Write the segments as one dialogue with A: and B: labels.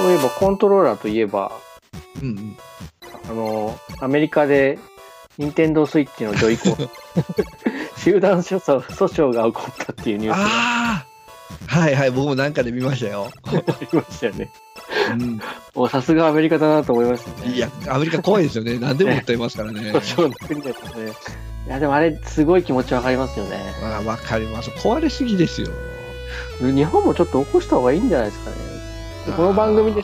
A: そういえばコントローラーといえば、
B: うんうん。
A: あの、アメリカで、ニンテンドースイッチのジョイコ ン、集団訴訟訴訟が起こったっていうニュースが
B: ああはいはい、僕もなんかで見ましたよ。
A: ありましたよね。
B: うん、
A: おさすがアメリカだなと思いましたね。
B: いや、アメリカ怖いですよね。何でも売ってますか らね。
A: 訴訟の国だとね。いや、でもあれ、すごい気持ちわかりますよね。
B: まあ、わかります。壊れすぎですよ。
A: 日本もちょっと起こした方がいいんじゃないですかね。この番組で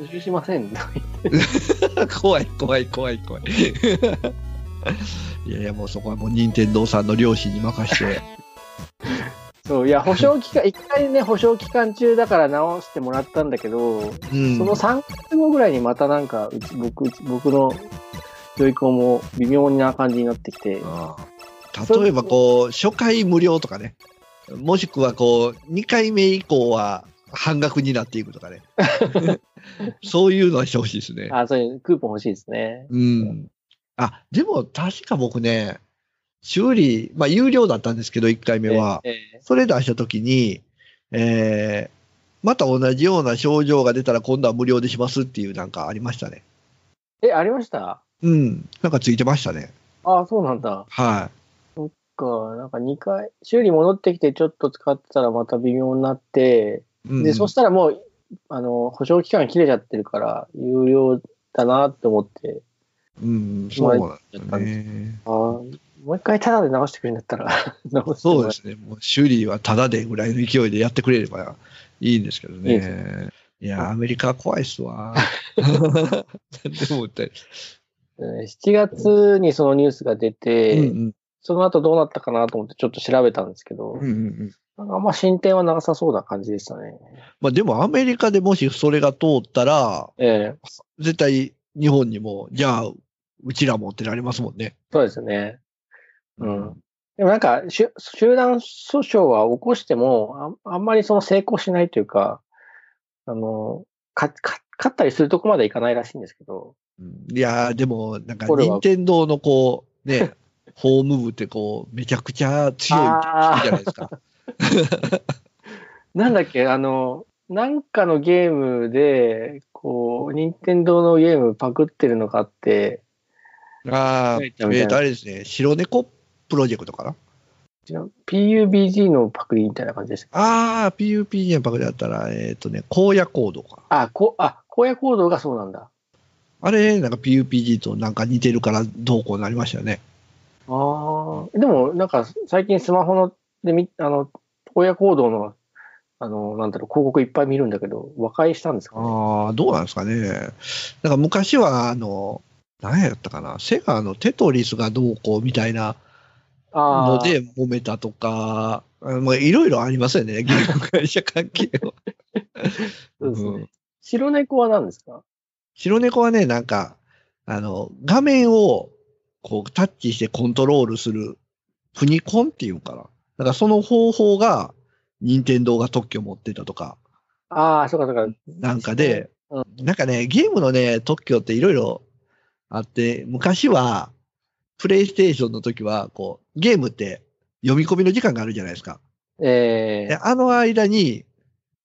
A: 募集しません。
B: 怖い怖い怖い 怖いいやいやもうそこはもう任天堂さんの両親に任して
A: そう、いや、保証期間、一回ね、保証期間中だから直してもらったんだけど、
B: うん
A: その3ヶ月後ぐらいにまたなんか、うち僕、うち僕のジョイコンも微妙な感じになってきて、
B: ああ例えばこう初回無料とかねもしくはこう2回目以降は半額になっていく とかねそういうのはしてほしいですね
A: あ、そういうクーポン欲しいですね。
B: うんあでも確か僕ね修理まあ有料だったんですけど1回目は、
A: えええ
B: それ出したときに、えー、また同じような症状が出たら今度は無料でしますっていうなんかありましたね。
A: ええ、ありました
B: うん。なんかついてましたね。
A: あ、そうなんだ。
B: は
A: か、なんか2回、修理戻ってきてちょっと使ってたらまた微妙になって、
B: い。うん、
A: で、そしたらもう、あの、保証期間切れちゃってるから、有料だなって思って、
B: うん、そうなんです
A: まあ
B: ね。
A: あーもう一回タダで直してくれるんだったら、直して。
B: そうで すすね。もう修理はタダでぐらいの勢いでやってくれればいいんですけど
A: いい
B: ね。いや、アメリカは怖いっすわ。 でもって。
A: 7月にそのニュースが出て、
B: うん
A: その後どうなったかなと思ってちょっと調べたんですけど、
B: うんうんうんうん
A: なんかあんま進展はなさそうな感じでしたね。
B: まあでもアメリカでもしそれが通ったら、
A: ええ
B: 絶対日本にも、じゃあ、うちらもってなりますもんね。
A: そうですね。うん。でもなんか、しゅ集団訴訟は起こしてもあん、あんまりその成功しないというか、あの、かか勝ったりするとこまでいかないらしいんですけど、
B: いやー、でも、なんか、
A: これは
B: 任天堂のこ う、ね、ホーム部ってこう、めちゃくちゃ強いって聞くじゃないですか。
A: なんだっけ、あの、なんかのゲームで、こう、任天堂のゲームパクってるのかって、
B: ああ、え
A: め
B: っ
A: ちゃめちゃ
B: と、あれですね、白猫プロジェクトかな。
A: 違う PUBG のパクリみたいな感じでした。
B: ああ、PUP のパクだったら、えっ、とね、荒野行動か。
A: あ、こあ、荒野行動がそうなんだ。
B: あれ、なんか PUPG となんか似てるからどうこうなりましたよね。
A: ああ、でもなんか最近スマホのでみ、あの、親行動の、あの、なんだろう、広告いっぱい見るんだけど、和解したんですかね。
B: ああ、どうなんですかね。なんか昔は、あの、何やったかな、セガのテトリスがどうこうみたいな
A: あ
B: の
A: あ、
B: で揉めたとか、あまあ、いろいろありますよね、ゲーム会社関係は。
A: そうですね。
B: うん
A: 白猫は何ですか
B: 白猫はね、なんか、あの、画面をこうタッチしてコントロールする、プニコンっていうのかな。だからその方法が、任天堂が特許持ってたとか、
A: ああ、そうかそうか。
B: なんかで、
A: う
B: なんかね、ゲームのね、特許っていろいろあって、昔は、プレイステーションの時は、こう、ゲームって読み込みの時間があるじゃないですか。
A: え
B: で
A: え
B: あの間に、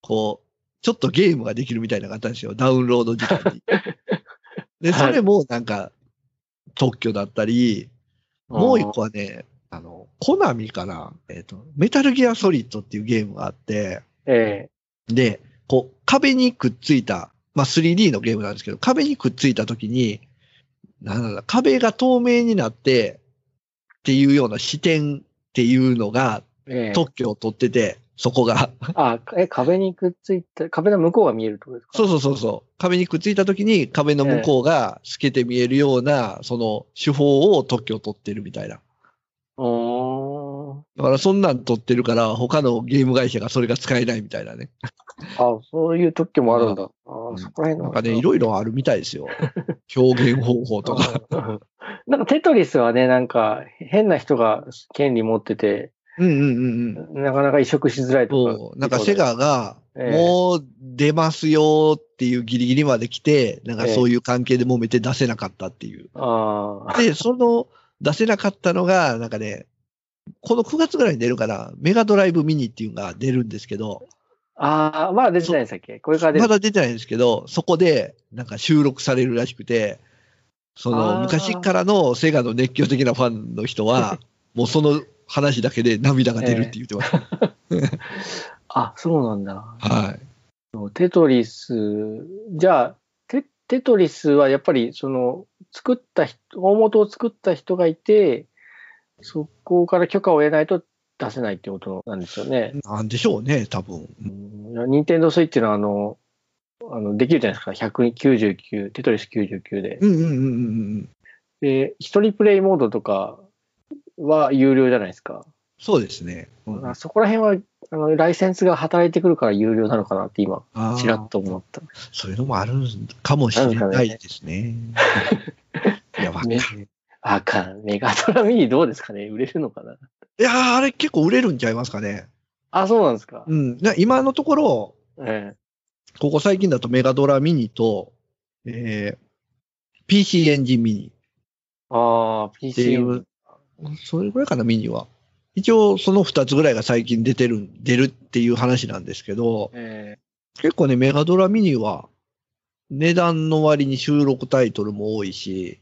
B: こう、ちょっとゲームができるみたいなのがあったんですよ。ダウンロード 時間に。で、
A: はい
B: それもなんか、特許だったり、もう一個はね、あの、コナミかな。えっ、と、メタルギアソリッドっていうゲームがあって、
A: え
B: で、こう、壁にくっついた、まあ、3D のゲームなんですけど、壁にくっついたときに、なんだ、壁が透明になって、っていうような視点っていうのが
A: えええ
B: 特許を取ってて、そこが。
A: あえ、壁にくっついて、壁の向こうが見えるってことですか
B: そうそうそうそう。壁にくっついたときに壁の向こうが透けて見えるような、その手法を特許を取ってるみたいな。
A: お
B: だからそんなん取ってるから、他のゲーム会社がそれが使えないみたいなね。
A: あそういう特許もあるんだ。あ
B: う
A: あ、
B: ん
A: そこら辺の。
B: なんかね、いろいろあるみたいです よ。表現方法とか。
A: うんなんかテトリスはね、なんか変な人が権利持ってて、
B: うんうんうんうん。
A: なかなか移植しづらいとか。
B: そう。なんかセガが、
A: ええ
B: もう出ますよっていうギリギリまで来て、なんかそういう関係で揉めて出せなかったっていう。
A: ああ。
B: で、その出せなかったのが、なんかね、この9月ぐらいに出るかな、メガドライブミニっていうのが出るんですけど、
A: ああ、まだ出てないんでしたっけこれから出
B: ま
A: る。
B: だ出てないんですけど、そこでなんか収録されるらしくて、そ
A: あー
B: の昔からのセガの熱狂的なファンの 人は、もうその話だけで涙が出るって言ってました。
A: あ、そうなんだ。
B: はい。
A: テトリス、じゃあ、テテトリスはやっぱり、その、作った人、大元を作った人がいて、そこから許可を得ないと出せないってことなんですよね。
B: なんでしょうね、多分。
A: うんニンテンドースイッチのあの、あのできるじゃないですか、199、テトリス99で。
B: うんうんうんうんうん。
A: で、一人プレイモードとかは有料じゃないですか。
B: そうですね。うん
A: あそこら辺は、あの、ライセンスが働いてくるから有料なのかなって今、
B: あー
A: ちらっと思った。
B: そういうのもあるんかもしれないですね。いや、わかる。
A: ねあかん。メガドラミニどうですかね売れるのかない
B: やーあれ結構売れるんちゃいますかね。
A: あ、そうなんですか。
B: うん。な今のところ、
A: ええ
B: ここ最近だとメガドラミニと、えー、PC エンジンミニ
A: ああ、
B: ってい
A: PC。
B: う、それぐらいかな、ミニは。一応、その二つぐらいが最近出てる、出るっていう話なんですけど、
A: ええ
B: 結構ね、メガドラミニは、値段の割に収録タイトルも多いし、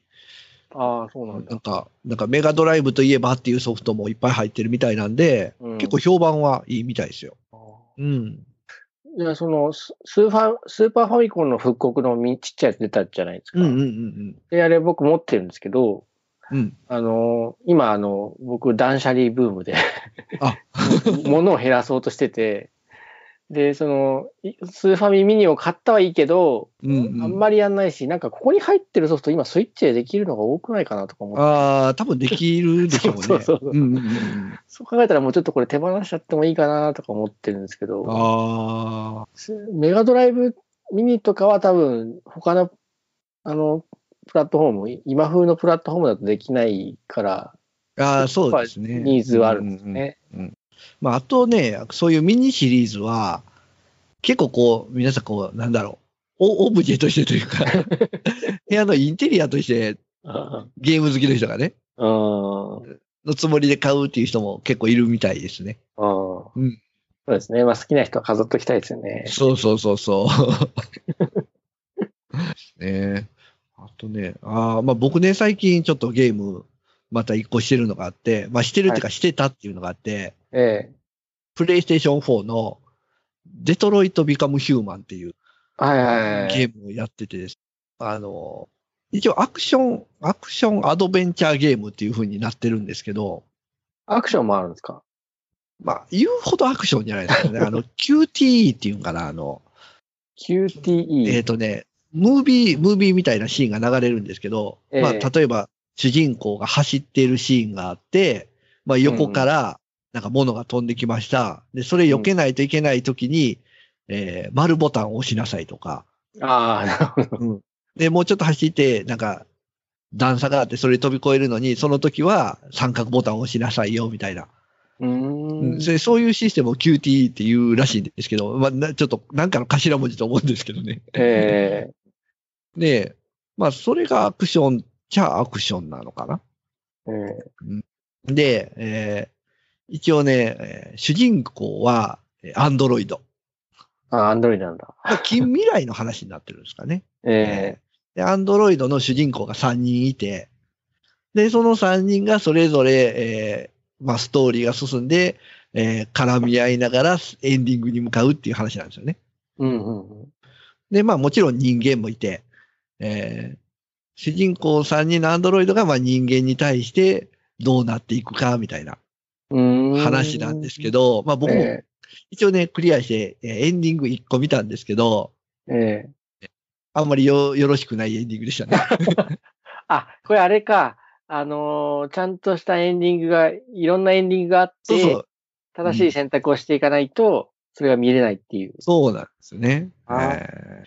A: ああ、そうなん
B: な
A: だ
B: ん。か、なんかメガドライブといえばっていうソフトもいっぱい入ってるみたいなんで、
A: うん
B: 結構評判はいいみたいですよ。
A: あー
B: うん。
A: じゃあ、そのス、スーファスーパーファミコンの復刻のみちっちゃいやつ出たじゃないですか。
B: うんうんうん
A: で、あれ僕持ってるんですけど、
B: うん。うん。
A: あのー今、あの、僕、断捨離ブームで
B: あ、
A: 物を減らそうとしてて、で、その、いスーファミミニを買ったはいいけど、
B: うん
A: あん
B: うん。
A: まりやんないし、なんかここに入ってるソフト、今スイッチでできるのが多くないかなとか思って、
B: ああ、多分できるでしょうね。
A: そうそうそう
B: うんうんうん、
A: そう考えたらもうちょっとこれ手放しちゃってもいいかなとか思ってるんですけど、
B: ああ、
A: すメガドライブミニとかは多分、他の、あの、プラットフォーム、い今風のプラットフォームだとできないから、
B: ああ、そうですね。
A: ニーズはあるんです
B: うう
A: ね。
B: まあ、あとね、そういうミニシリーズは、結構こう、皆さんこう、なんだろう、オオブジェとしてとい うか、部屋のインテリアとして
A: あ
B: ゲーム好きの人がね、
A: あうん。
B: のつもりで買うっていう人も結構いるみたいですね。
A: うん
B: うん
A: そうですね。まあ好きな人は飾っときたいですよね。
B: そうそうそう そう。ねえあとね、あーまあ、僕ね、最近ちょっとゲーム、また一個してるのがあって、まあ、してるっていうか、してたっていうのがあって、
A: ええ。
B: プレイステーション4のデトロイト・ビカム・ヒューマンっていう
A: はいはいはい。
B: ゲームをやっててです、あの、一応アクション、アクションアドベンチャーゲームっていう風になってるんですけど、
A: アクションもあるんですか
B: まあ、言うほどアクションじゃないですけどね、あ の、QTE っていうんかな、あの、
A: ?QTE。
B: えっ、とね、ムービー、ムービーみたいなシーンが流れるんですけど、
A: ええ
B: まあ、例えば、主人公が走っているシーンがあって、まあ、横から、なんか物が飛んできました。で、それ避けないといけないときに、えー丸ボタンを押しなさいとか、
A: ああ、なるほど。
B: で、もうちょっと走って、なんか、段差があって、それ飛び越えるのに、その時は三角ボタンを押しなさいよ、みたいな。
A: うーん。
B: でそういうシステムを QTE っていうらしいんですけど、まあ、なちょっと、なんかの頭文字と思うんですけどね。
A: え
B: で、まあ、それがアクションちゃアクションなのかな。
A: ええ
B: で、えー一応ね、えー主人公は、えーアンドロイド。
A: えあ、アンドロイドなんだ。
B: まあ近未来の話になってるんですかね。
A: え
B: ーで、アンドロイドの主人公が3人いて、で、その3人がそれぞれ、えーまあ、ストーリーが進んで、えー絡み合いながらエンディングに向かうっていう話なんですよね。
A: えうんうんうん。
B: で、まあもちろん人間もいて、えー主人公3人のアンドロイドがまあ人間に対してどうなっていくかみたいな
A: うーん
B: 話なんですけ、ど、まあ僕も
A: え
B: 一応ね、クリアして、えーエンディング1個見たんですけど、
A: えええ
B: あんまりよ、よろしくないエンディングでしたね。
A: あ、これあれか。あのーちゃんとしたエンディングが、いろんなエンディングがあって、
B: そうそう、
A: 正しい選択をしていかないと、それが見れないっていう。
B: そうなんですよね。え
A: あー
B: ー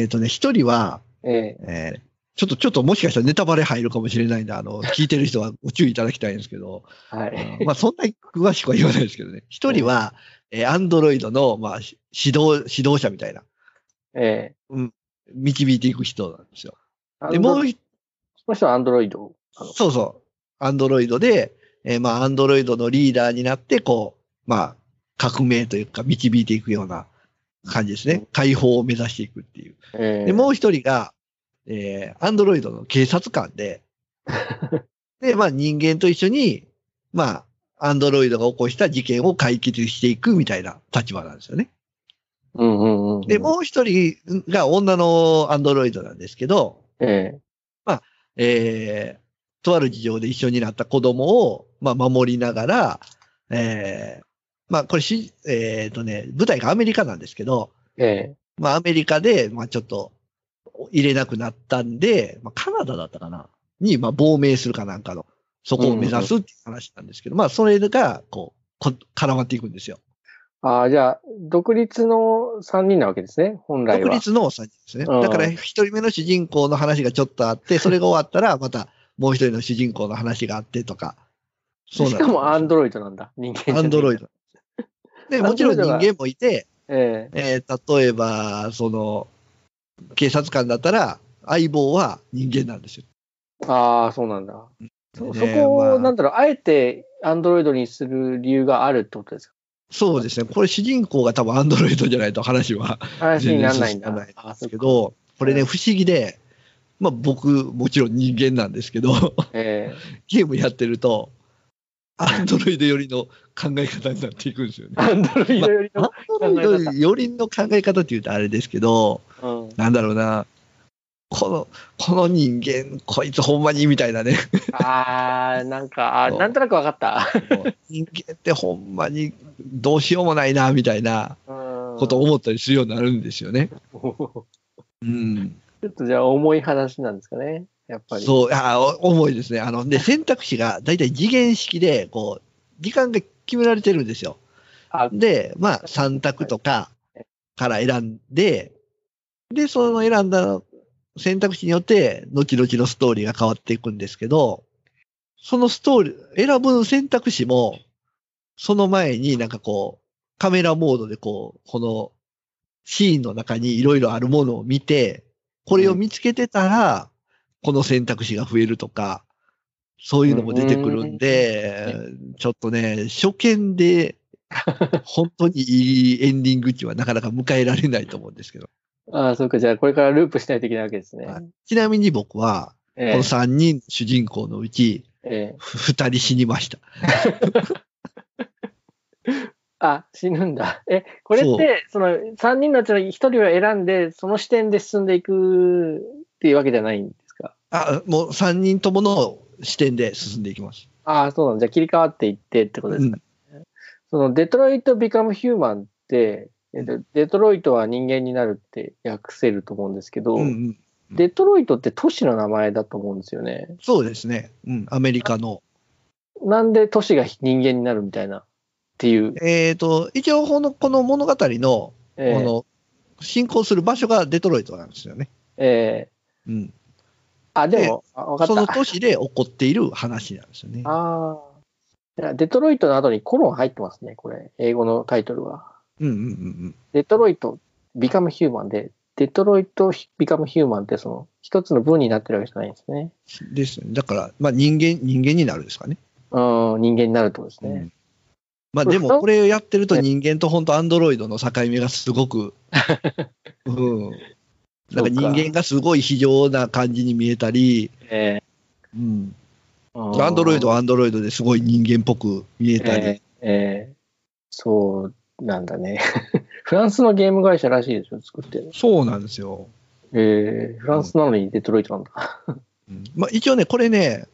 B: えっ、とね、一人は、
A: ええ
B: えーちょっと、ちょっともしかしたらネタバレ入るかもしれないんで、あの、聞いてる人はご注意いただきたいんですけど、
A: はい。
B: まあそんなに詳しくは言わないですけどね。一人は、えー、アンドロイドの、まあ、し指導、指導者みたいな、
A: ええ
B: 導いていく人なんですよ。
A: あ
B: で、
A: の
B: もう一、
A: その人はアンドロイド。あの
B: そうそう、アンドロイドで、えーまあ、アンドロイドのリーダーになって、こう、まあ、革命というか、導いていくような感じですね。解放を目指していくっていう。
A: え
B: で、もう一人が、えー、アンドロイドの警察官 で、で、まあ人間と一緒に、まあ、アンドロイドが起こした事件を解決していくみたいな立場なんですよね。
A: うんうんうん。
B: で、もう一人が女のアンドロイドなんですけど、
A: え
B: えー、とある事情で一緒になった子供を、まあ、守りながら、えー、まあ、これし、えっ、とね、舞台がアメリカなんですけど、
A: ええ
B: まあ、アメリカで、まあ、ちょっと、入れなくなったんで、まあ、カナダだったかなに、まあ、亡命するかなんかの、そこを目指すっていう話なんですけど、まあ、それが、こう、こ絡まっていくんですよ。
A: ああ、じゃあ、独立の3人なわけですね、本来は。
B: 独立の3人ですね。だから、
A: うん
B: 一人目の主人公の話がちょっとあ って、それが終わったら、また、もう一人の主人公の話があってとか。そうなん
A: し
B: です
A: かもアンドロイドなんだ、人間じゃな
B: ア
A: い
B: ンドロイ。ド。で、もちろん人間もいて、
A: ええ
B: えー例えば、その、警察官だったら、相棒は人間なんですよ。
A: ああ、そうなんだ。そ
B: ね
A: そこを、
B: ま
A: な
B: あ
A: んだろう、あえてアンドロイドにする理由があるってことですか
B: そうですね。これ主人公が多分アンドロイドじゃないと話は
A: 話にならないんだ。
B: 全然進まない
A: ああ
B: ですけ、ど、これね、不思議で、まあ僕、もちろん人間なんですけど、
A: そっかえ
B: ゲームやってると、アンドロイド寄りの考え方になっていくんですよ
A: え
B: ね。
A: アンドロイドより
B: ア
A: の
B: ン、ドロイド寄りの考え方って言うとあれですけど、
A: うん、
B: なんだろうな、この、この人間、こいつほんまにみたいな ね、
A: ああ、なんか、あーなんとなくわかった。
B: もう人間ってほんまにどうしようもないな、みたいな
A: こ
B: ことを思ったりするようになるんですよね。
A: ち
B: うん。
A: ょっとじゃあ重い話なんですかね、やっぱり。
B: そう、あーお重いですね。あの、で、選択肢が大体次元式で、こう、時間が決められてるんですよ。
A: あ
B: で、まあ、3択とかから選んで、で、その選んだ選択肢によって、後々のストーリーが変わっていくんですけど、そのストーリー、選ぶ選択肢も、その前になんかこう、カメラモードでこう、このシーンの中にいろいろあるものを見て、これを見つけてたら、この選択肢が増えるとか、そういうのも出てくるんで、ちょっとね、初見 で本当にいいエンディング期はなかなか迎えられないと思うんですけど。
A: ああ、そうか、じゃあこれからループしないといけないわけですね。
B: はいちなみに僕は、
A: え
B: こ
A: え
B: の3人主人公のうち、
A: ええ
B: 2人死にました。
A: あ、死ぬんだ。 え、これって、その3人のうちの1人を選んで、その視点で進んでいくっていうわけじゃないんですか。
B: あ、もう3人ともの視点で進んでいきます。
A: ああ、そうなんだ。じゃあ切り替わっていってってことですか。
B: う
A: そのデトロイト・ビカム・ヒューマンって、えっとデトロイトは人間になるって訳せると思うんですけど、
B: うんうん。
A: デトロイトって都市の名前だと思うんですよね。
B: そうですね。うん。アメリカの。
A: なんで都市が人間になるみたいなっていう。
B: えっ、と、一応この、この物語の、
A: ええ
B: この、進行する場所がデトロイトなんですよね。
A: ええ
B: うん。
A: あ、でも、あわか
B: そ
A: っ
B: の
A: た。
B: 都市で起こっている話なんですよね。
A: ああ。いやデトロイトの後にコロン入ってますね、これ。英語のタイトルは。
B: うんうんうん
A: デトロイト、ビカムヒューマンで、デトロイト、ビカムヒューマンってその、一つの文になってるわけじゃないんですね。
B: うん。ですよね。だから、まあ人間、人間になるんですかね。
A: うん、人間になるってことです
B: う
A: ね。
B: んまあでもこれやってると人間と本当アンドロイドの境目がす ごく、うん。なんか人間がすごい非常な感じに見えたり、
A: え
B: うん。
A: え
B: アンドロイドはアンドロイドですごい人間っぽく見えたり、
A: ええええそうなんだね。 フランスのゲーム会社らしいですよ、作ってるの。
B: そうなんですよ。
A: ええフランスなのにデトロイトなんだ。
B: うんまあ一応ね、これね、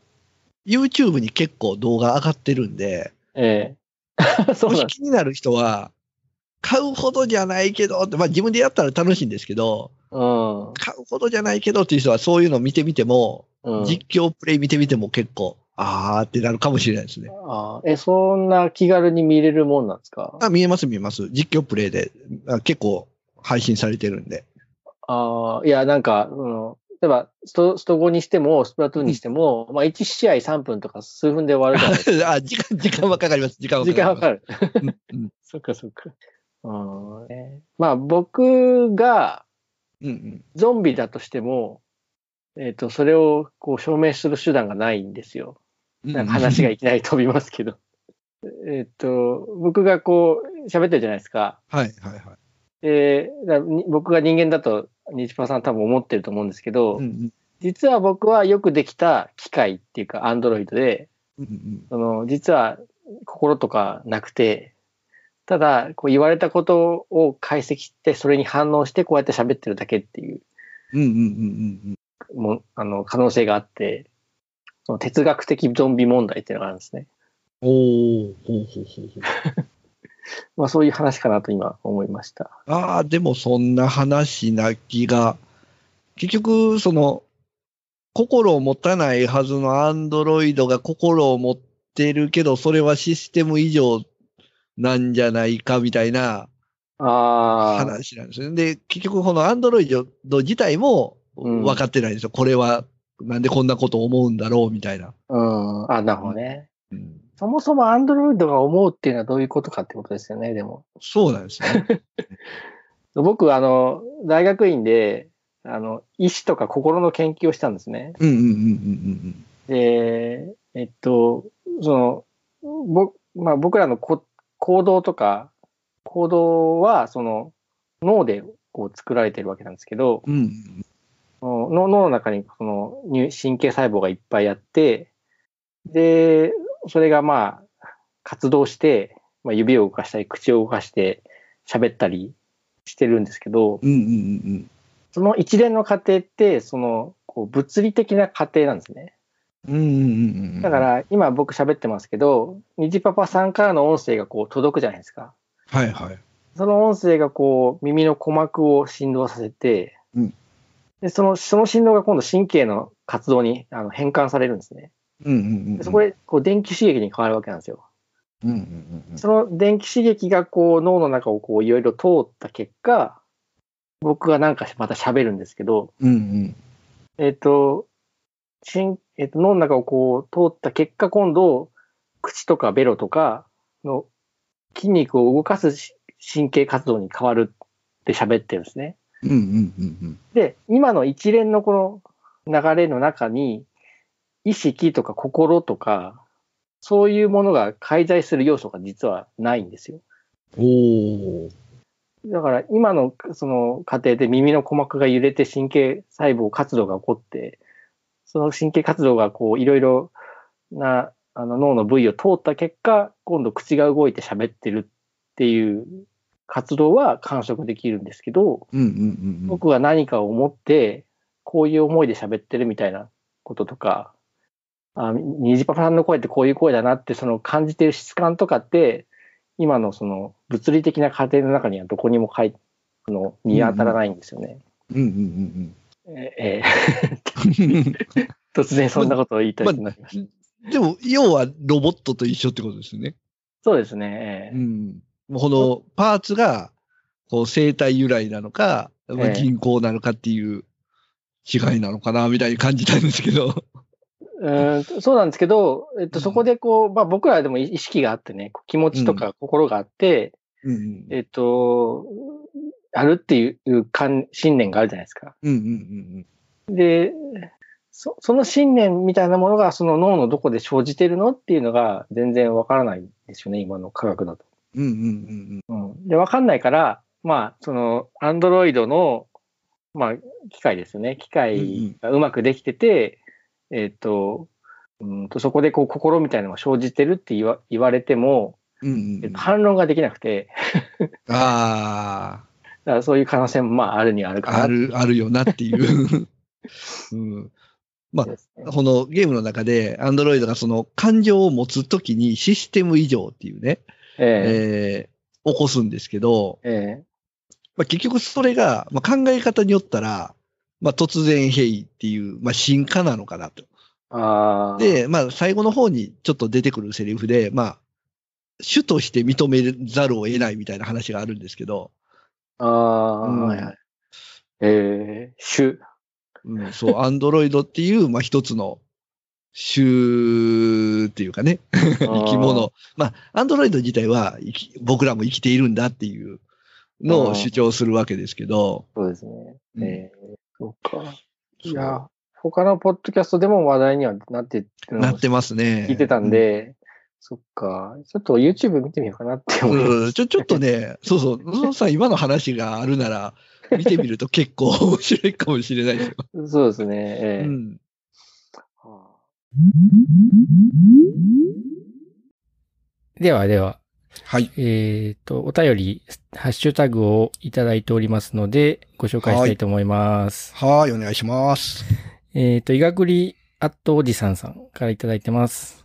B: YouTube に結構動画上がってるんで、
A: ええ そう
B: も
A: なん
B: し
A: だ。
B: 気になる人は、買うほどじゃないけどって、まあ自分でやったら楽しいんですけど、
A: うん
B: 買うほどじゃないけどっていう人はそういうの見てみても、
A: うん。
B: 実況プレイ見てみても結構、あーってなるかもしれないですね。
A: あーえ、そんな気軽に見れるもんなんですか
B: あ見えます見えます。実況プレイであ結構配信されてるんで。
A: ああ、いや、なんか、うん、例えばスト、スト5にしても、スプラトゥーンにしても、まあ、1試合3分とか数分で終わるじゃないです
B: あ時間、時間はかかります。時間
A: か。
B: は
A: 時
B: かかり
A: 間
B: ます。
A: わかる。
B: る。うん
A: そっかそっか。うんねまあ、僕が
B: うんうん
A: ゾンビだとしても、えっ、と、それをこう証明する手段がないんですよ。
B: うん。
A: なんか話がいきなり飛びます けど。えっと、僕がこう、喋ってるじゃないですか。
B: はいはいはい。
A: で、だに僕が人間だと、ニチパさん多分思ってると思うんですけど、
B: うんうん
A: 実は僕はよくできた機械っていうか、アンドロイドで、
B: うんうん
A: その、実は心とかなくて、ただ、こう言われたことを解析して、それに反応して、こうやって喋ってるだけっていう、
B: うんうんうんうん
A: もんあの、可能性があって、その哲学的ゾンビ問題っていうのがあるんですね。
B: おーほうほうほうほう
A: まあそういう話かなと今思いました。
B: ああ、でもそんな話な気が、結局、その、心を持たないはずのアンドロイドが心を持ってるけど、それはシステム以上なんじゃないかみたいな
A: ああ、
B: 話なんですよね。で、結局このアンドロイド自体も
A: うん
B: 分かってないんですよ。これは、なんでこんなこと思うんだろうみたいな。
A: うん。あ、なるほどね。
B: うん
A: そもそもアンドロイドが思うっていうのはどういうことかってことですよね、でも。
B: そうなんで すね。
A: 僕、あの、大学院で、あの、医師とか心の研究をしたんですね。
B: うんうんうんうん
A: で、えっと、その、ぼまあ、僕らのこ行動とか、行動は、その、脳でこう作られてるわけなんですけど、
B: うんうん。うん
A: の脳の中にその入神経細胞がいっぱいあって、で、それがまあ、活動して、まあ、指を動かしたり、口を動かして、喋ったりしてるんですけど、
B: うんうんうん
A: その一連の過程って、その、こう物理的な過程なんですね。
B: うん。うんうんうんうん。
A: だか、ら、今僕喋ってますけど、虹パパさんからの音声がこう届くじゃないですか。
B: はいはい。
A: その音声がこう、耳の鼓膜を振動させて、
B: うん
A: でその、その振動が今度神経の活動にあの変換されるんですね。
B: うんうんうんう
A: で
B: ん。
A: そこで、こう、電気刺激に変わるわけなんですよ。
B: うんうんうんうん。
A: その電気刺激がこう、脳の中をこう、いろいろ通った結果、僕がなんかまた喋るんですけど、
B: うん
A: えっ、と、神えっと脳の中をこう通った結果、今度、口とかベロとかの筋肉を動かすし神経活動に変わるって喋ってるんですね。
B: うん。うんうんうん
A: で、今の一連のこの流れの中に、意識とか心とか、そういうものが介在する要素が実はないんですよ。
B: うん。おお。
A: だから今のその過程で耳の鼓膜が揺れて神経細胞活動が起こって、その神経活動がこういろいろなあの脳の部位を通った結果、今度口が動いて喋ってるっていう活動は感触できるんですけど、
B: うんうんうん。
A: 僕は何かを思って、こういう思いで喋ってるみたいなこととか、あ、虹パパさんの声ってこういう声だなって、その感じてる質感とかって、今のその物理的な過程の中にはどこにも書いあの見当たらないんですよね。
B: うんうん
A: ええ
B: うんうん。
A: 突然そんなことを言いたいになりました。
B: でも、要はロボットと一緒ってことですよね。
A: そうですね。ええ
B: うん。もうこのパーツが、こう生体由来なのか、まあ
A: ええ
B: 人工なのかっていう違いなのかな、みたいに感じたんですけど。
A: うーんそうなんですけど、えっと、
B: うん
A: そこでこう、まあ僕らでも意識があってね、気持ちとか心があって、
B: うんうん
A: えっと、あるっていう感信念があるじゃないですか。
B: うんうん
A: で、そその信念みたいなものがその脳のどこで生じてるのっていうのが全然わからないんですよね、今の科学だと。
B: うんうん。うんうん
A: うん、で、わかんないから、まあ、その、アンドロイドの、まあ、機械ですよね。機械がうまくできてて、えっと、うんと、そこでこう心みたいなのが生じてるって言わ言われても、
B: うん。うん
A: え
B: う
A: っ
B: ん
A: と、反論ができなくて、
B: あ
A: だからそういう可能性もまああるにはあるか
B: あ、
A: な
B: ある、あるよなっていう。うん。あ
A: ですね
B: このゲームの中で、アンドロイドがその感情を持つときにシステム異常っていうね、
A: え
B: えー起こすんですけど、
A: ええ
B: まあ、結局それが、まあ、考え方によったら、まあ、突然変異っていう、まあ、進化なのかなと。
A: えああ。、
B: で、まあ、最後の方にちょっと出てくるセリフで、まあ、主として認めざるを得ないみたいな話があるんですけど、
A: ああ、
B: うん
A: はいはい。ええ 主。
B: うん、そう、アンドロイドっていう、まあ、一つの種っていうかね、生き物。まあ、アンドロイド自体は生き僕らも生きているんだっていうのを主張するわけですけど、
A: そうですね。
B: うん
A: ええそうか。いや、他のポッドキャストでも話題にはなってるのを
B: なってますね。
A: 聞いてたんで、
C: そっか。ちょっと YouTube 見てみようかなって思います。
B: うん、ちょ、ちょっとね、そうそう、野村さん今の話があるなら、見てみると結構 面白いかもしれないですよ。
C: そうですね。
B: う
C: ええ
B: ん。
C: は
A: ではでは、
B: はい。
A: えっ、と、お便り、ハッシュタグをいただいておりますので、ご紹介したいと思います。
B: はい、お願いします。
A: えっ、と、いがくりアットおじさんさんからいただいてます。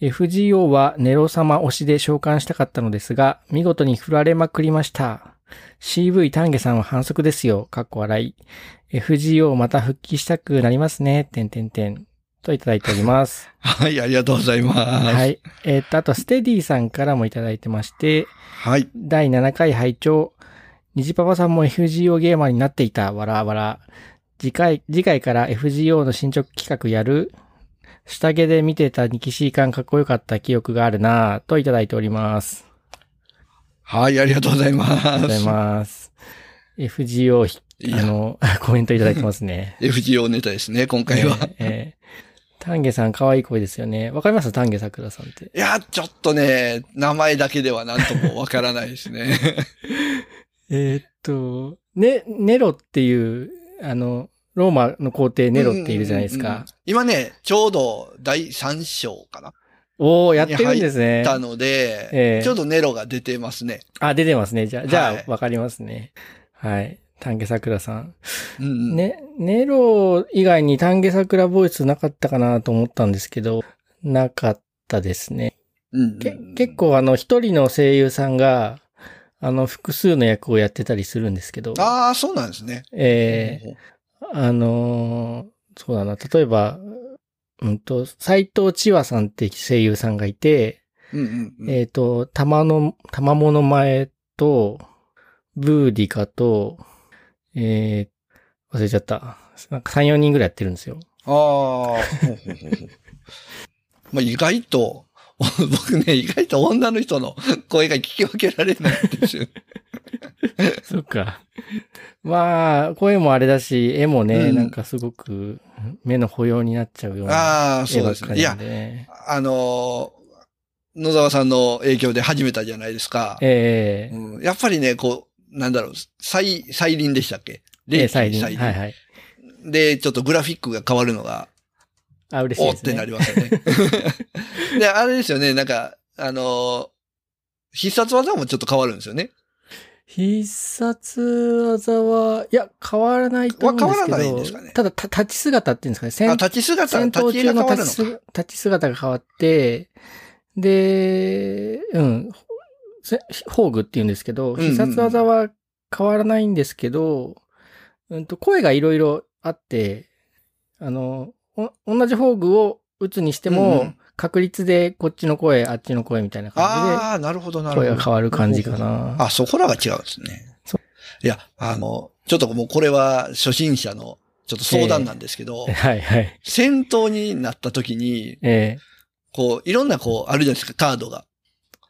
A: FGO はネロ様推しで召喚したかったのですが、見事に振られまくりました。CV 丹下さんは反則ですよ。かっこ笑い。FGO また復帰したくなりますね。てんてんてん。といただいております。
B: はい、 ありがとうございます。
A: は
B: はい。
A: い。えっ、と、あと、ステディさんからもいただいてまして、第7回拝聴。虹パパさんも FGO ゲーマーになっていた。わらわら。次回、次回から FGO の進捗企画やる。下着で見てたニキシー感かっこよかった記憶があるなぁといただいております。
B: はい、ありがとうございます。
A: ありがとうございます。FGO ひ、
B: い
A: あ
B: や、。
A: の、 コメントいただいてますね
B: FGO ネタですね、今回は。
A: えーえー丹下さん可愛い声ですよね。わかります丹下桜さんって。
B: いや、ちょっとね、名前だけではなんともわからないですね。
A: えーっと、ね、ネロっていう、あの、ローマの皇 帝ネロっているじゃないです
B: うんうんうん
A: か。。
B: 今ね、ちょうど第3章かな
A: おー、やってるんですね。
B: たので、
A: ええ
B: ちょうどネロが出てますね。
A: あ、出てますね。じゃあ、じゃあ
B: は、い
A: わかりますね。はい。丹下桜さん。
B: うんうん、
A: ね、ネロ以外に丹下桜ボイスなかったかなと思ったんですけど、なかったですね。
B: うんうん
A: け結。構あの、一人の声優さんが、あの、複数の役をやってたりするんですけど。
B: ああ、そうなんですね。
A: ええあのーそうだな、例えば、うんと、斎藤千和さんって声優さんがいて、
B: うんうんうん
A: えっ、と、玉の、玉物前と、ブーディカと、えー忘れちゃった。なんか3、4人ぐらいやってるん ですよ。
B: ああ、ほうほうほうほうまあ意外と、 僕ね、意外と女の人の声が聞き分けられないんで すよ。
A: そっか。まあ、声もあれだし、絵もね、
B: うん
A: なんかすごく目の保養になっちゃうような
B: ああ、
A: 絵
B: そう
A: ば
B: で
A: っ
B: す
A: か
B: ね。
A: り
B: い
A: な
B: や
A: ん、でね。
B: あのー野沢さんの影響で始めたじゃないですか。
A: ええ
B: うん、やっぱりね、こう、なんだろう、再、再臨でしたっ
A: ええ
B: け霊気
A: 再臨
B: 再臨
A: はいはい。
B: で、ちょっとグラフィックが変わるのが、
A: あ、嬉しい
B: お
A: で
B: っ
A: すね。
B: てなりますよね。 で、あれですよね、なんか、あのー必殺技もちょっと変わるんですよね。
A: 必殺技は、いや、変わらないと思うんですけど、
B: わ変わらないんですかね
A: ただ、た立ち姿っていうんですかね。
B: あ
A: 戦
B: 立ち姿、
A: 戦
B: 立
A: 闘
B: ち絵が
A: 中
B: 変
A: の
B: わるの
A: 立ち
B: か。
A: す立ち姿が変わって、で、うん、せ宝具っていうんですけど、
B: んうんうん
A: 必殺技は変わらないんですけど、うんと、声がいろいろあって、あの、お同じ宝具を打つにして
B: うんう
A: も
B: ん、
A: 確率でこっちの声、あっちの声みたいな感
B: ああ、なるほど、
A: じ
B: な
A: で、
B: るほど。
A: 声が変わる感じかな。
B: あ、そこらが違うんですね
A: そ。
B: いや、あの、ちょっともうこれは初心者のちょっと相談なんですけど、
A: はいはい。
B: 戦闘になった時に、
A: ええ
B: こう、いろんなこう、あるじゃないですか、カードが。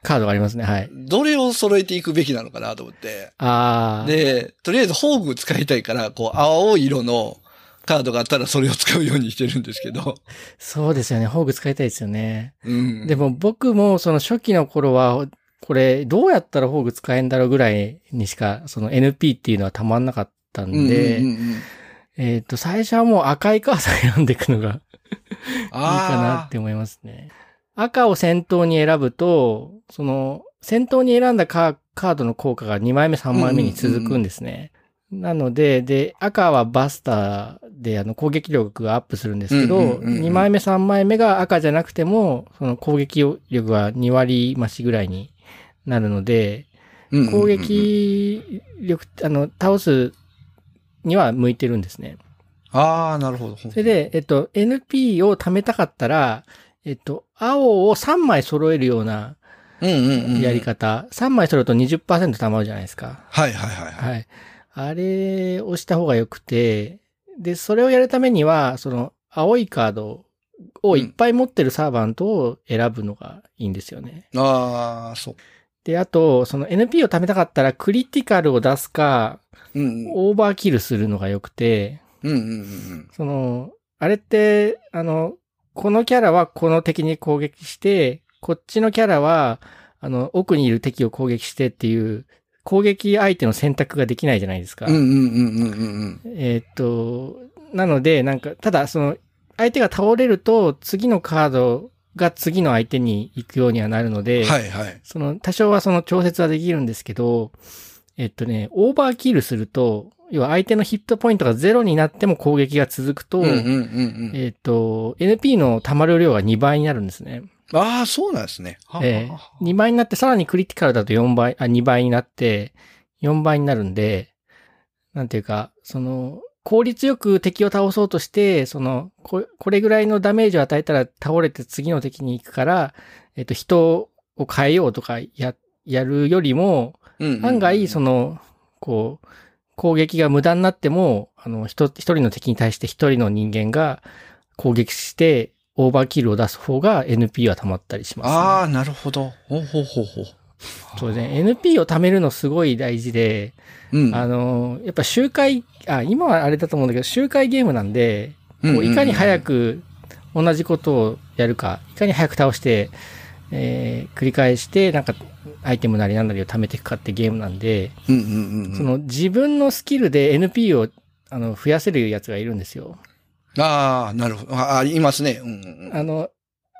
A: カードがありますね、はい。
B: どれを揃えていくべきなのかなと思って。
A: ああ。
B: で、とりあえず宝具使いたいから、こう、青色のカードがあったらそれを使うようにしてるんですけど。
A: そうですよね。宝具使いたいですよね。
B: うん。
A: でも僕もその初期の頃は、これどうやったら宝具使えんだろうぐらいにしか、その NP っていうのはたまんなかった
B: うんうんん
A: で、
B: うんうん、いい
A: えっ、と、最初はもう赤いカード選んでいくのがいい
B: か
A: かなって思いますね。赤を先頭に選ぶと、その、先頭に選んだカーカードの効果が2枚目、3枚目に続くんですね。なので、で、赤はバスターで、あの、攻撃力がアップするんですけど、
B: うんうんうんうん
A: 2枚目、3枚目が赤じゃなくても、その攻撃力が2割増しぐらいになるので、攻撃力、あの、倒すには向いてるんですね。
B: ああ、なるほど。
A: それで、えっと、NP を貯めたかったら、えっと、青を3枚揃えるような
B: うんうんうん、
A: やり。方、3枚揃うと20%貯まるじゃないですか。
B: はいはいはいはい。
A: はい。あれをした方が良くて、で、それをやるためには、その、青いカードをいっぱい持ってるサーバントを選ぶのがいいんですよね。
B: ああ、そう。
A: で、あと、その NP を貯めたかったら、クリティカルを出すか、
B: うんうん。
A: オーバーキルするのが良くて、
B: うんうんうん
A: その、あれって、あの、このキャラはこの敵に攻撃して、こっちのキャラは、あの、奥にいる敵を攻撃してっていう、攻撃相手の選択ができないじゃないですか。
B: うんうんうんうんうんうん。
A: えーっと、なので、なんか、ただ、その、相手が倒れると、次のカードが次の相手に行くようにはなるので、
B: はいはい。
A: その、多少はその調節はできるんですけど、えっとね、オーバーキルすると、要は相手のヒットポイントがゼロになっても攻撃が続くと、
B: うんうんうんうん。
A: えっと、NP の溜まる量が2倍になるんですね。
B: ああ、そうなんですね。はあ
A: え
B: はあ
A: 2倍になって、さらにクリティカルだと4倍、あ、2倍になって、4倍になるんで、なんていうか、その、効率よく敵を倒そうとして、その、ここれぐらいのダメージを与えたら倒れて次の敵に行くから、えっと、人を変えようとかや、やるよりも、
B: うんうんうん
A: 案外、その、こう、攻撃が無駄になっても、あの、一一人の敵に対して一人の人間が攻撃して、オーバーキルを出す方が NP は溜まったりします、ね。
B: ああ、なるほど。ほうほうほうほう。
A: そうですね。NP を貯めるのすごい大事で、
B: うん。
A: あの、やっぱ周回、あ、今はあれだと思うんだけど、周回ゲームなんで、こういかに早く同じことをやるか、いかに早く倒して、えー繰り返して、なんか、アイテムなりなんなりを貯めていくかってゲームなんで、
B: うんうんうんうん。
A: その自分のスキルで NP をあの増やせるやつがいるんですよ。
B: ああ、なるほど。ああ、いますね。うんうんうん。
A: あの、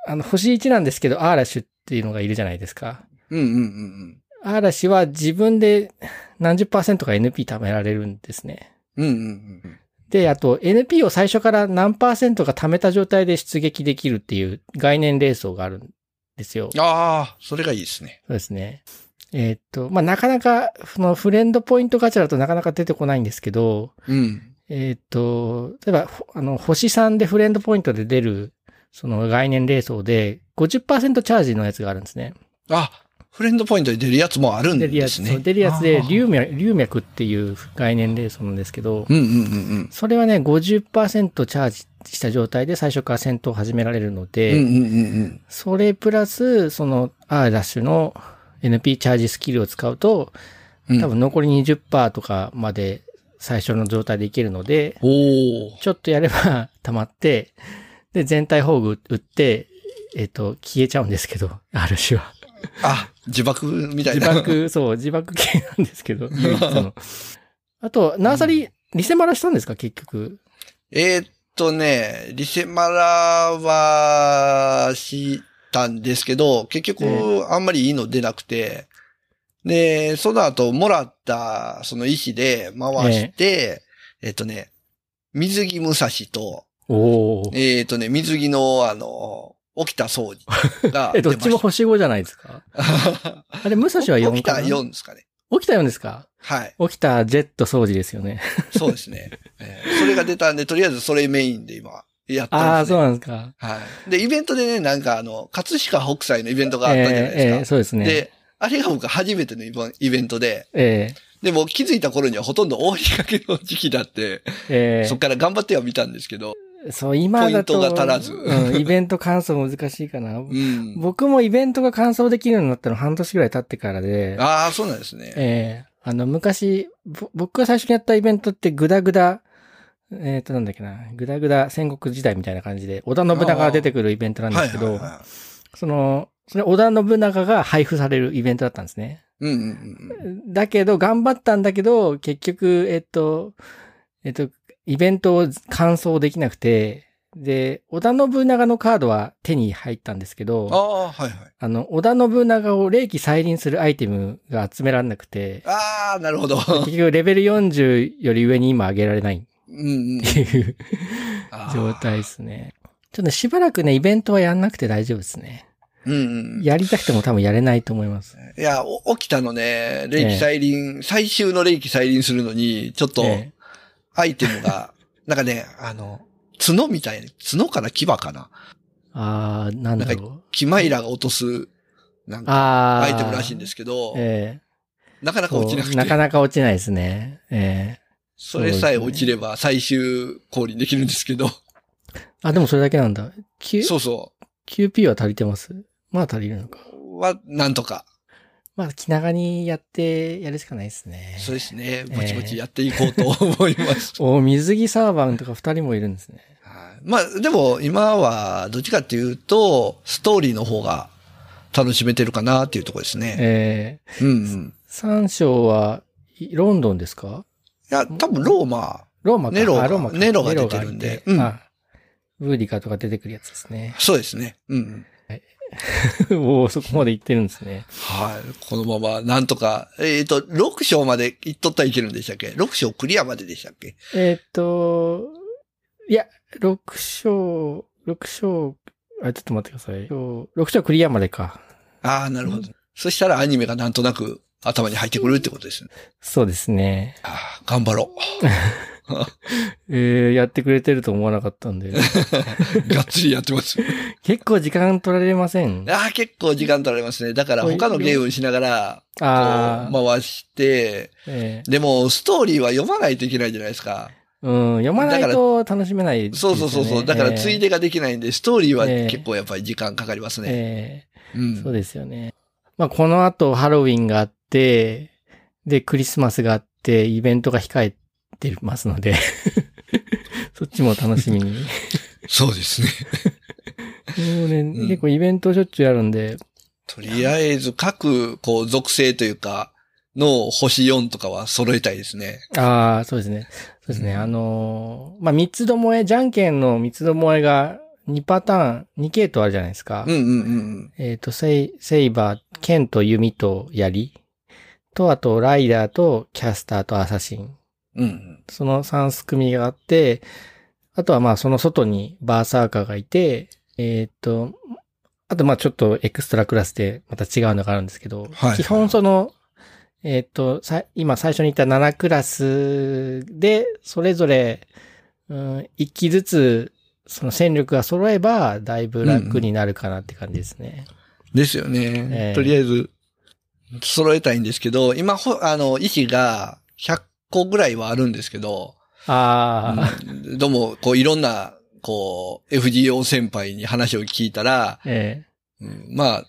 A: あの、星1なんですけど、アーラッシュっていうのがいるじゃないですか。
B: うんうんうん
A: アーラッシュは自分で何十パーセントか NP 貯められるんですね。
B: うん。うんうんうん。
A: で、あと NP を最初から何パーセントか貯めた状態で出撃できるっていう概念連想があるんですよ。
B: ああ、それがいいですね。
A: そうですね。えーっと、まあ、なかなか、そのフレンドポイントガチャだとなかなか出てこないんですけど、
B: うん。
A: えーっと、例えば、ほあの、星3でフレンドポイントで出る、その概念連想で50%チャージのやつがあるんですね。
B: あ、フレンドポイントで出るやつもあるん
A: デリア
B: で
A: ス、
B: す
A: そ
B: ね。
A: うデリアスで
B: あー
A: 龍脈、龍脈っていう概念連想なんですけど、
B: うんうんうんうん。
A: それはね、50%チャージした状態で最初から戦闘を始められるので、
B: うんうんうんうん。
A: それプラス、その、アーラッシュの NP チャージスキルを使うと、
B: うん
A: 多分残り20%とかまで最初の状態でいけるので、
B: おお。
A: ちょっとやれば 溜まって、で、全体宝具打って、えっ、と、消えちゃうんですけど、 アーラッシュ は。
B: あ、自爆みたい
A: 自
B: な。
A: 爆、そう、自爆系なんです けど、唯一の。あと、ナーサリー、リセマラしたんですか、結局。
B: えーっとね、リセマラはしたんですけど、結
A: え
B: 局あんまりいいの出なくて、で、その後もらったその石で回して、えーっとね、水着武蔵と、
A: おお。
B: えーっとね、水着のあの、起きた掃除が
A: え、
B: 出
A: ど
B: ま
A: っ
B: した。
A: ちも星5じゃないですか。 あれ、武蔵は
B: 起
A: 4
B: きた
A: かな
B: 4ですかね。
A: 起きた4ですか
B: はい。
A: 起きたジェット掃除ですよね。
B: そうですね。えーそれが出たんで、とりあえずそれメインで今、やってます、ね。
A: ああ、そうなんですか。
B: はい。で、イベントでね、なんかあの、葛飾北斎のイベントがあったじゃない
A: えーえ
B: で
A: ー
B: すか。
A: そうですね。
B: で、あれが僕初めてのイベンイベントで、
A: え
B: でも気づいた頃にはほとんど終わりかけの時期だって、
A: ーえー
B: そっから頑張っては見たんですけど、
A: そう、今だと。
B: ポイントが足らず
A: うん、イベント感想難しいかな。
B: うん。
A: 僕もイベントが感想できるようになったの半年ぐらい経ってからで、
B: ああ、そうなんですね。
A: ええあの、昔、ぼ僕が最初にやったイベントってグダグダ、えっ、と、なんだっけな、グダグダ戦国時代みたいな感じで、織田信長が出てくるイベントなんで
B: はい
A: すけ
B: はい
A: ど、
B: は
A: その、それ織田信長が配布されるイベントだったんですね。
B: い。うんうんうん。
A: だけど、頑張ったんだけど、結局、えっと、えっと、イベントを完走できなくて、で、織田信長のカードは手に入ったんですけ
B: あ
A: ど、
B: あ、はいはい。
A: あの、織田信長を霊気再臨するアイテムが集められなくて、
B: ああ、なるほど。
A: 結局レベル40より上に今上げられない
B: うんうん
A: っ。ていう
B: あー
A: 状態で。すね。ちょっとね、しばらくね、イベントはやんなくて大丈夫ですね。
B: うんうん。いや、
A: やりたくても多分やれないと思います。
B: お起きたのね、霊気再臨、最終の霊気再臨するのに、ちょっと、
A: え
B: アイテムが、 なんかね、あの、角みたいな、角かな牙かな
A: えあー、なんだろう。
B: キマイラが落とす、なんか、
A: あー。
B: アイテムらしいんですけど、
A: え
B: なかな
A: え
B: か落ちなくて、
A: なかなか落ちないですね。え
B: それさえ
A: そう
B: 落
A: ですね
B: ちれば最終降臨できるんですけど、
A: えあ、でもそれだけなんだ。Q、
B: そうそ
A: QP は足りてますまあ足りるのか。
B: う、は、なんとか、
A: まあ気長にやってやるしかないですね。
B: そうですね、ぼちぼちやっていこうと思います。
A: お、水着サーバンとか二人もいるんですね。
B: はいまあ、でも今は、どっちかっていうと、ストーリーの方が、楽しめてるかなっていうところですね。
A: えー、
B: うんうん。
A: 三章は、いロンドンですか
B: いや、多分ローマ、
A: ローマか。
B: ネロが
A: あローマか
B: ネロが出てるんで
A: ネロがいて
B: うん。
A: あブーディカとか出てくるやつですね
B: そうですね。うんうん。
A: おーそこまで行ってるんですね。
B: はい。このまま、なんとか、えっ、と、6章まで行っとったらいけるんでしたっけ ?6 章クリアまででしたっけ
A: えーっと、いや、6章、6章、あ、ちょっと待ってください。6章クリアまでか。
B: ああ、なるほど。そしたらアニメがなんとなく頭に入ってくるってことですね。
A: そうですね。
B: ああ、頑張ろ
A: えー、やってくれてると思わなかったん で。
B: う。が っつりやってます。
A: 結構時間取られません。
B: ああ、結構時間取られますね。だから他のゲームしながら、こ
A: ああ、
B: う回して、
A: えー
B: でも、ストーリーは読まないといけないじゃないですか。
A: うん、読まないと楽しめない、
B: そうそうそうそう。だから、つい
A: で
B: でができないんで、ストーリーは
A: ええ
B: 結構やっぱり時間かかります
A: す
B: ね。
A: ね。
B: う。
A: えーそうんですよね。まあ、この後ハロウィンがあって、で、クリスマスがあって、イベントが控えてますので、 そっちも楽しみに。
B: そうですね。
A: もうね、
B: ん
A: 結構イベントしょっちゅうやるんで、
B: とりあえず、各、こう、属性というか、の星4とかは揃えたいですね。
A: ああ、そうですね。そうですね。
B: うん
A: あのーまあ、三つどもえ、じゃんけんの三つどもえが2パターン、2系統あるじゃないですか。
B: うんうんうん
A: えっ、と、セイ、セイバー、剣と弓と槍と、あと、ライダーとキャスターとアサシン。
B: うん。うん
A: その3組があって、あとはまあその外にバーサーカーがいて、えーっと、あとまあちょっとエクストラクラスでまた違うのがあるんですけど、
B: はい
A: 基本その、えーっと、さ今最初に言った7クラスで、それぞれ、うん、1機ずつ、その戦力が揃えば、だいぶ楽になるかなって感じですね。
B: ですよ
A: え
B: ね。
A: え
B: とりあえず、揃えたいんですけど、今、ほあの、石が100個ぐらいはあるんですけど、
A: ああ、
B: うんどうも、こう、いろんな、こう、FGO 先輩に話を聞いたら、
A: え
B: うんまあ、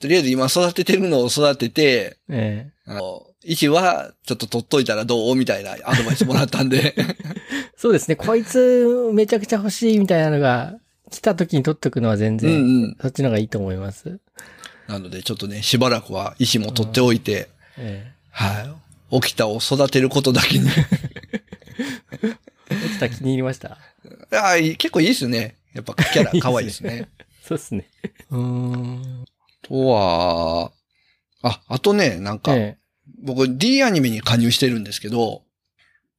B: とりあえず今育ててるのを育てて、
A: ええ
B: あの、石はちょっと取っといたらどうみたいなアドバイスもらったん で。
A: えそうですね。こいつめちゃくちゃ欲しいみたいなのが、来た時に取っとくのは全
B: うん
A: 然
B: うん。
A: そっちの方がいいと思います。
B: なのでちょっとね、しばらくは石も取っておいて、
A: え
B: はい。起きたを育てることだけ に。
A: え。落ちた気に入りま した。
B: あー結構いいですね。やっぱキャラ可愛いです
A: いいっ
B: ね。
A: そうですね。うーん。
B: あとは、あ、あとね、なんか、
A: え
B: 僕 D アニメに加入してるんですけど、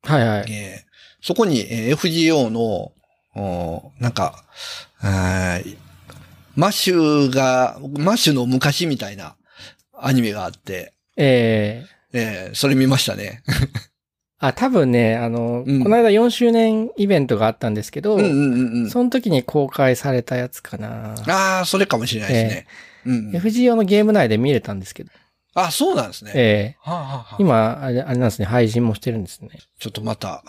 A: え。はいはい。
B: えーそこに、えー FGO の、おーなんか、あーマッシュが、マッシュの昔みたいなアニメがあって、
A: ええ。
B: えーそれ見ましたね。
A: あ、多分ね、あの、
B: うん
A: この間4周年イベントがあったんですけど、
B: うんうんうんうん。
A: その時に公開されたやつかな。
B: ああ、それかもしれないですね。うんうん
A: FGO のゲーム内で見れたんですけど、
B: あ、そうなんですね。
A: ええ。
B: はあはあはあ
A: 今、あれあれなんですね、配信もしてるんですね。
B: ちょっとまた。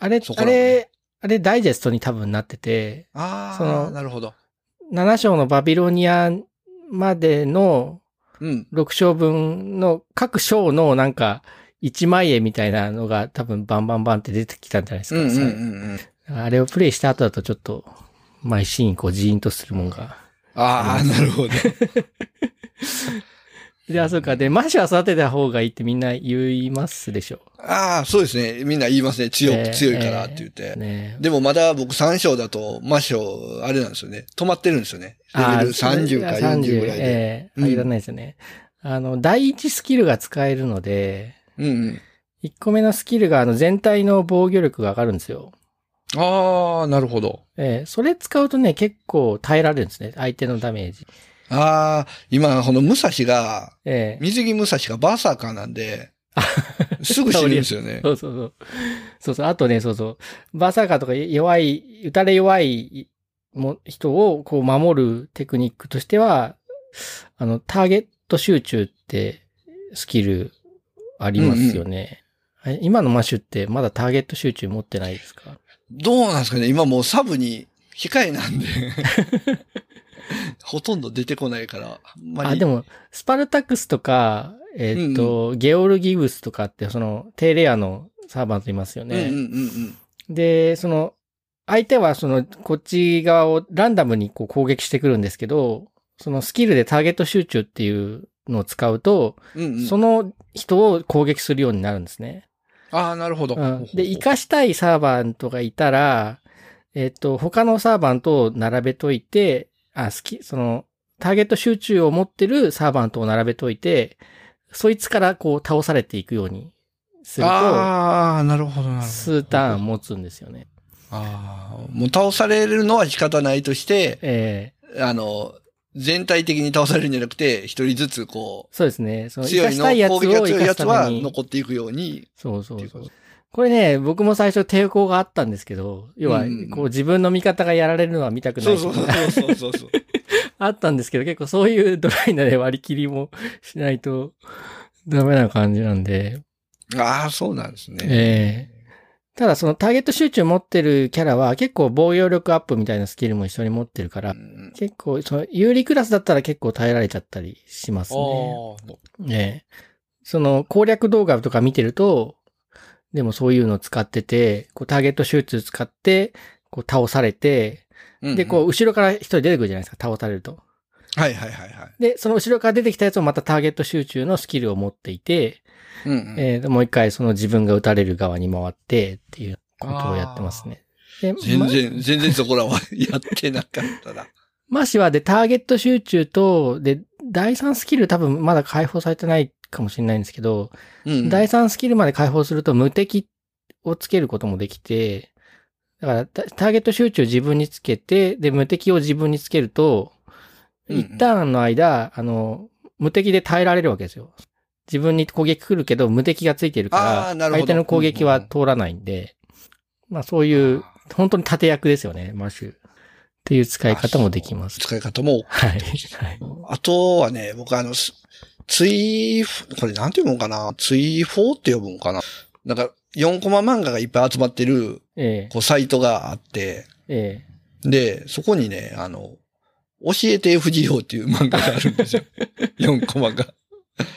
A: あれ、
B: そこ
A: あ
B: らもね
A: れ、あれダイジェストに多分なってて、
B: あ
A: その
B: あ、なるほど。
A: 7章のバビロニアまでの
B: うん。
A: 6章分の各章のなんか1枚絵みたいなのが多分バンバンバンって出てきたんじゃないです
B: うん
A: か。
B: うんう
A: 最後
B: んうん。
A: あれをプレイした後だとちょっと毎シーンこうジーンとするもんが。
B: ああ、なるほど。
A: で、あ、そうか。で、マシは育てた方がいいってみんな言いますでしょ
B: ああ、そうですね。みんな言いますね。強く、
A: えー
B: 強いからって言って。
A: う。ね
B: でもまだ僕3章だと、魔章、あれなんですよね。止まってるんですよね。レベル30か40ぐらいで。
A: ええ
B: うん
A: 入らないですよね。あの、第一スキルが使えるので、
B: うんうん。
A: 1個目のスキルがあの全体の防御力が上がるんですよ。
B: ああ、なるほど。
A: ええそれ使うとね、結構耐えられるんですね。相手のダメージ。
B: ああ、今、この武蔵が、
A: ええ
B: 水着武蔵がバーサーカーな んで、すぐ死ぬんですよね。
A: そうそうそう。そうそう。あとね、そうそう。バーサーカーとか弱い、打たれ弱いも人をこう守るテクニックとしては、あの、ターゲット集中ってスキルありますよね。え今のマッシュってまだターゲット集中持ってないですか
B: どうなんですかね今もうサブに控えなんで。ほとんど出てこないから、あんまり。
A: あ、でも、スパルタクスとか、えーっと、ゲオルギウスとかって、その、低レアのサーバントいますよ
B: うんうん
A: ね。
B: うん
A: で、その、相手はその、こっち側をランダムにこう攻撃してくるんですけど、そのスキルでターゲット集中っていうのを使うと、
B: うんうん
A: その人を攻撃するようになるんですね。
B: ああ、なるほど。
A: うん、で、活かしたいサーバントがいたら、えっ、と、他のサーバントを並べといて、あ、好き、その、ターゲット集中を持ってるサーバントを並べといて、そいつからこう倒されていくようにすると、
B: ああ、なるほど、なるほど。
A: 数ターン持つんですよね。
B: ああ、もう倒されるのは仕方ないとして、
A: ええ
B: あの、全体的に倒されるんじゃなくて、一人ずつこ、
A: そうですね。そうの、生
B: 強
A: か
B: い
A: し
B: の、
A: たいやつを
B: 攻撃が
A: 生
B: 強い
A: か
B: や
A: す
B: つ
A: た
B: は
A: めに。
B: 残っていくように、
A: そうそ
B: っ
A: う
B: てい
A: そうう
B: こと。
A: これね、僕も最初抵抗があったんですけど、要は
B: うんうんうん、
A: こう自分の味方がやられるのは見たくな
B: そう
A: いし
B: そうそうそうそう。
A: あったんですけど、結構そういうドライなで割り切りもしないとダメな感じなんで、
B: ああ、そう なんですね。
A: えただそのターゲット集中持ってるキャラは結構防御力アップみたいなスキルも一緒に持ってるから
B: う、ん
A: 結構、その有利クラスだったら結構耐えられちゃったりします
B: あ
A: ね。
B: ー
A: ねえその攻略動画とか見てると、でもそういうのを使ってて、こうターゲット集中使って、こう倒されて、
B: うんうん
A: で、こう後ろから一人出てくるじゃないですか、倒されると。
B: はいはいはいはい。
A: で、その後ろから出てきたやつをまたターゲット集中のスキルを持っていて、
B: うんうん
A: えーもう一回その自分が撃たれる側に回ってっていうことをやってますね。で
B: 全
A: ま
B: 然、全然そこらはやってなかったな。
A: マシはで、ターゲット集中と、で、第3スキル多分まだ解放されてないかもしれないんですけど、
B: うん うん
A: 第3スキルまで解放すると無敵をつけることもできて、だからタターゲット集中自分につけて、で、無敵を自分につけると、
B: うんうん
A: 一ターンの間、あの、無敵で耐えられるわけですよ。自分に攻撃来るけど、無敵がついてる
B: あー
A: から、
B: なるほど
A: 相手の攻撃は通らないんで、まあそういう、本当に盾役ですよね、マッシュ。っていう使い方もできます。
B: 使い方も、
A: はい。 はい。
B: あとはね、僕あの、すツイフ、これなんて読むんかなツイフォーって呼ぶんかななんか、4コマ漫画がいっぱい集まってる、
A: ええ
B: こう、サイトがあって、
A: ええ
B: で、そこにね、あの、教えて FGO っていう漫画があるんですよ。4コマが。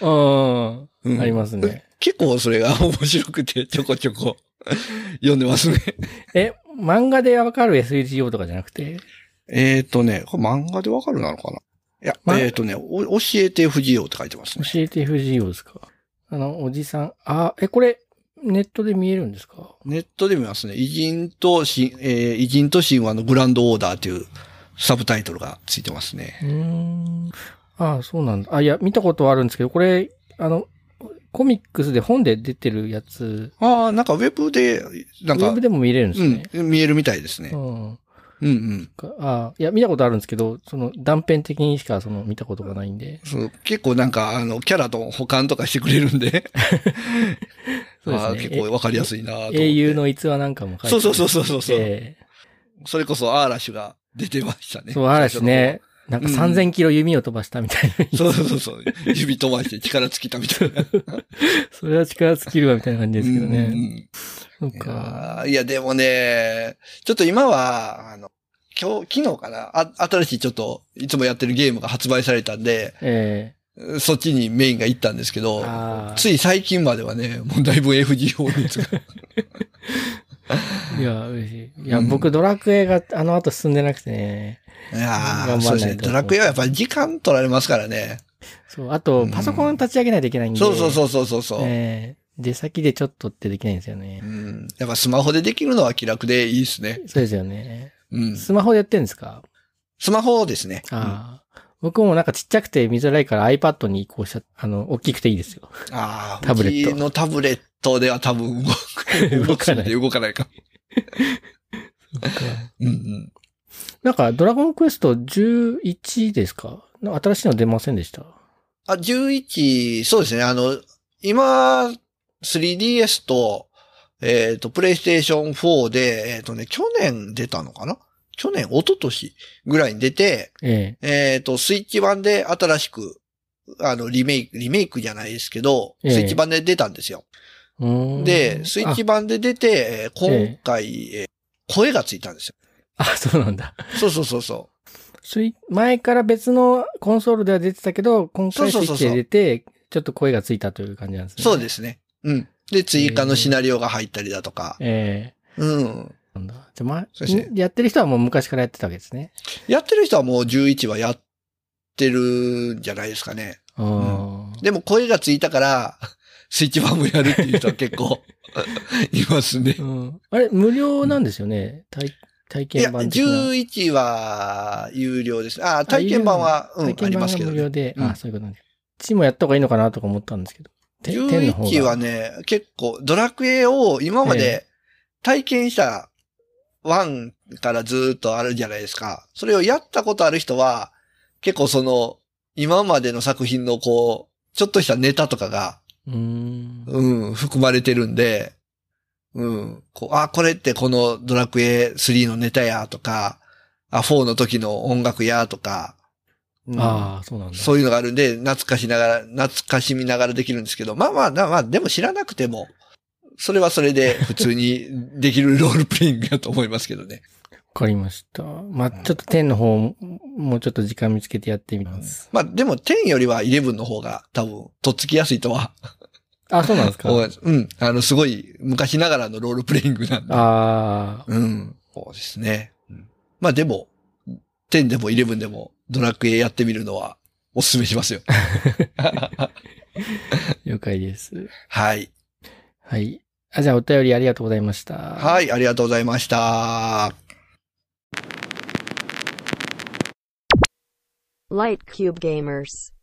A: うん
B: うん
A: ありますね。
B: 結構それが面白くて、ちょこちょこ読んでますね。
A: え、漫画でわかる SEO とかじゃなくて
B: えっとね、これ漫画でわかるなのかないや、
A: ま
B: えっ、とね、お教えて FGO って書いてます
A: 教
B: ね。
A: えて FGO ですかあの、おじさん。あ、え、これ、ネットで見えるんですか
B: ネットで見ますね。偉人と神、えー偉人と神話のグランドオーダーというサブタイトルがついてますね。
A: うーん。あそうなんだ。あ、いや、見たことはあるんですけど、これ、あの、コミックスで本で出てるやつ、
B: ああ、なんかウェブで、な
A: ウ
B: んか、
A: ェブでも見れるんですね。
B: うん、見えるみたいですね
A: う。ん。
B: うんうん。
A: かあいや、見たことあるんですけど、その断片的にしかその見たことがないんで。
B: そう結構なんか、あの、キャラと保管とかしてくれる
A: そ
B: んで、
A: うですね
B: あー結構わかりやすいなと思って
A: 英雄の逸話なんかも書いて
B: そうそうそうそうそうそう、
A: ええ
B: それこそアーラッシュが出てましたね。
A: そう、嵐ね。なんか
B: うん
A: 3000キロ弓を飛ばしたみたいな。
B: 最初の頃。そうそうそうそう。指飛ばして力尽きたみたいな。
A: それは力尽きるわみたいな感じですけど
B: うんうんう
A: ね。
B: ん
A: そう
B: い
A: か。
B: やーいや、でもね、ちょっと今は、あの、今日、昨日かなあ、新しいちょっと、いつもやってるゲームが発売されたんで、
A: え
B: そっちにメインが行ったんですけ
A: え
B: ど、
A: あ
B: つい最近まではね、もうだいぶ FGO 熱が。
A: あ。いや、嬉しい。いや、
B: うん
A: 僕、ドラクエがあの後進んでなくてね。
B: いやー
A: 頑張んないと
B: そうですね。ドラクエはやっぱり時間取られますからね。
A: そう、あ
B: う
A: と
B: ん、
A: パソコン立ち上げないといけないんで。
B: そうそう
A: う。
B: そうそうそうそう。
A: ええ出先でちょっとってできないんですよね
B: う。ん、やっぱスマホでできるのは気楽でいいですね。
A: そうですよね。
B: うん。
A: スマホでやってるんですか
B: スマホですね。うん
A: ああ。僕もなんかちっちゃくて見づらいから iPad に移行しちゃあの、大きくていいですよ。
B: ああ、
A: タブレット
B: うちのタブレットでは多分動く
A: 動かない
B: 動くんで動かないか。うんうん。
A: なんか、ドラゴンクエスト11ですかなんか新しいの出ませんでした
B: あ、11、そうですね。あの、今、3DS と、えっ、と、PlayStation 4で、えっ、とね、去年出たのかな去年、一昨年ぐらいに出て、
A: え
B: えっ、と、スイッチ版で新しく、あの、リメイク、リメイクじゃないですけど、
A: ええ
B: スイッチ版で出たんですよ。
A: えうーん。
B: で、スイッチ版で出て、えー今回、えー声がついたんですよ。
A: あ。あ、そうなんだ。
B: そうそうそ うそう。
A: スイ前から別のコンソールでは出てたけど、今回ス
B: そう
A: イ
B: そう
A: ッ
B: そ
A: チ
B: うそう
A: で出て、ちょっと声がついたという感じなんですね。。
B: そうですすね。うん。で、追加のシナリオが入ったりだとか。
A: え
B: うん。
A: えなんだ。じゃあ、ま
B: そうですね
A: やってる人はもう昔からやってたわけですね。
B: やってる人はもう11はやっってるんじゃないですかね。
A: ああ。
B: でも声がついたから、スイッチ版もやるっていう人は 結構いますね
A: う。ん。あれ、無料なんですよね。体体
B: い
A: 験
B: や、
A: 版的な。
B: 11は有料です。あ、体験版は、うん、あ
A: 体験
B: り
A: 版
B: ます
A: が
B: けど
A: 無
B: ね。
A: 料で、
B: うん
A: あ、そういうことなんです。チもやった方がいいのかなとか思ったんですけど。て天の方
B: 11
A: が
B: はね、結構、ドラクエを今ま
A: え
B: で体験した1からずーっとあるじゃないですか。それをやったことある人は、結構その、今までの作品のこう、ちょっとしたネタとかが、
A: うーん。
B: うん、含まれてるんで、うん、こう、あ、これってこのドラクエ3のネタやとか、あ、4の時の音楽やとか、うん
A: ああ、そうなんだ。
B: そういうのがあるんで、懐かしながら、懐かしみながらできるんですけど、まあまあ、なまあ、でも知らなくても、それはそれで普 通にできるロールプレイングだと思いますけどね。
A: わかりました。まあ、ちょっと天の方も、もうちょっと時間見つけてやってみます。
B: まあでも10よりは11の方が多分、とっつきやすいとは
A: あ、そうなんですか。
B: 思います。うん。あの、すごい昔ながらのロールプレイングなんで。
A: ああ、
B: うん。そうですね。うんまあでも、10でも11でもドラクエやってみるのはおすすめし ますよ。
A: 了解です。
B: はい。
A: はい。あ、じゃあお便りありがとうございました。は。
B: はいい、ありがとうございました。
D: Light Cube Gamers.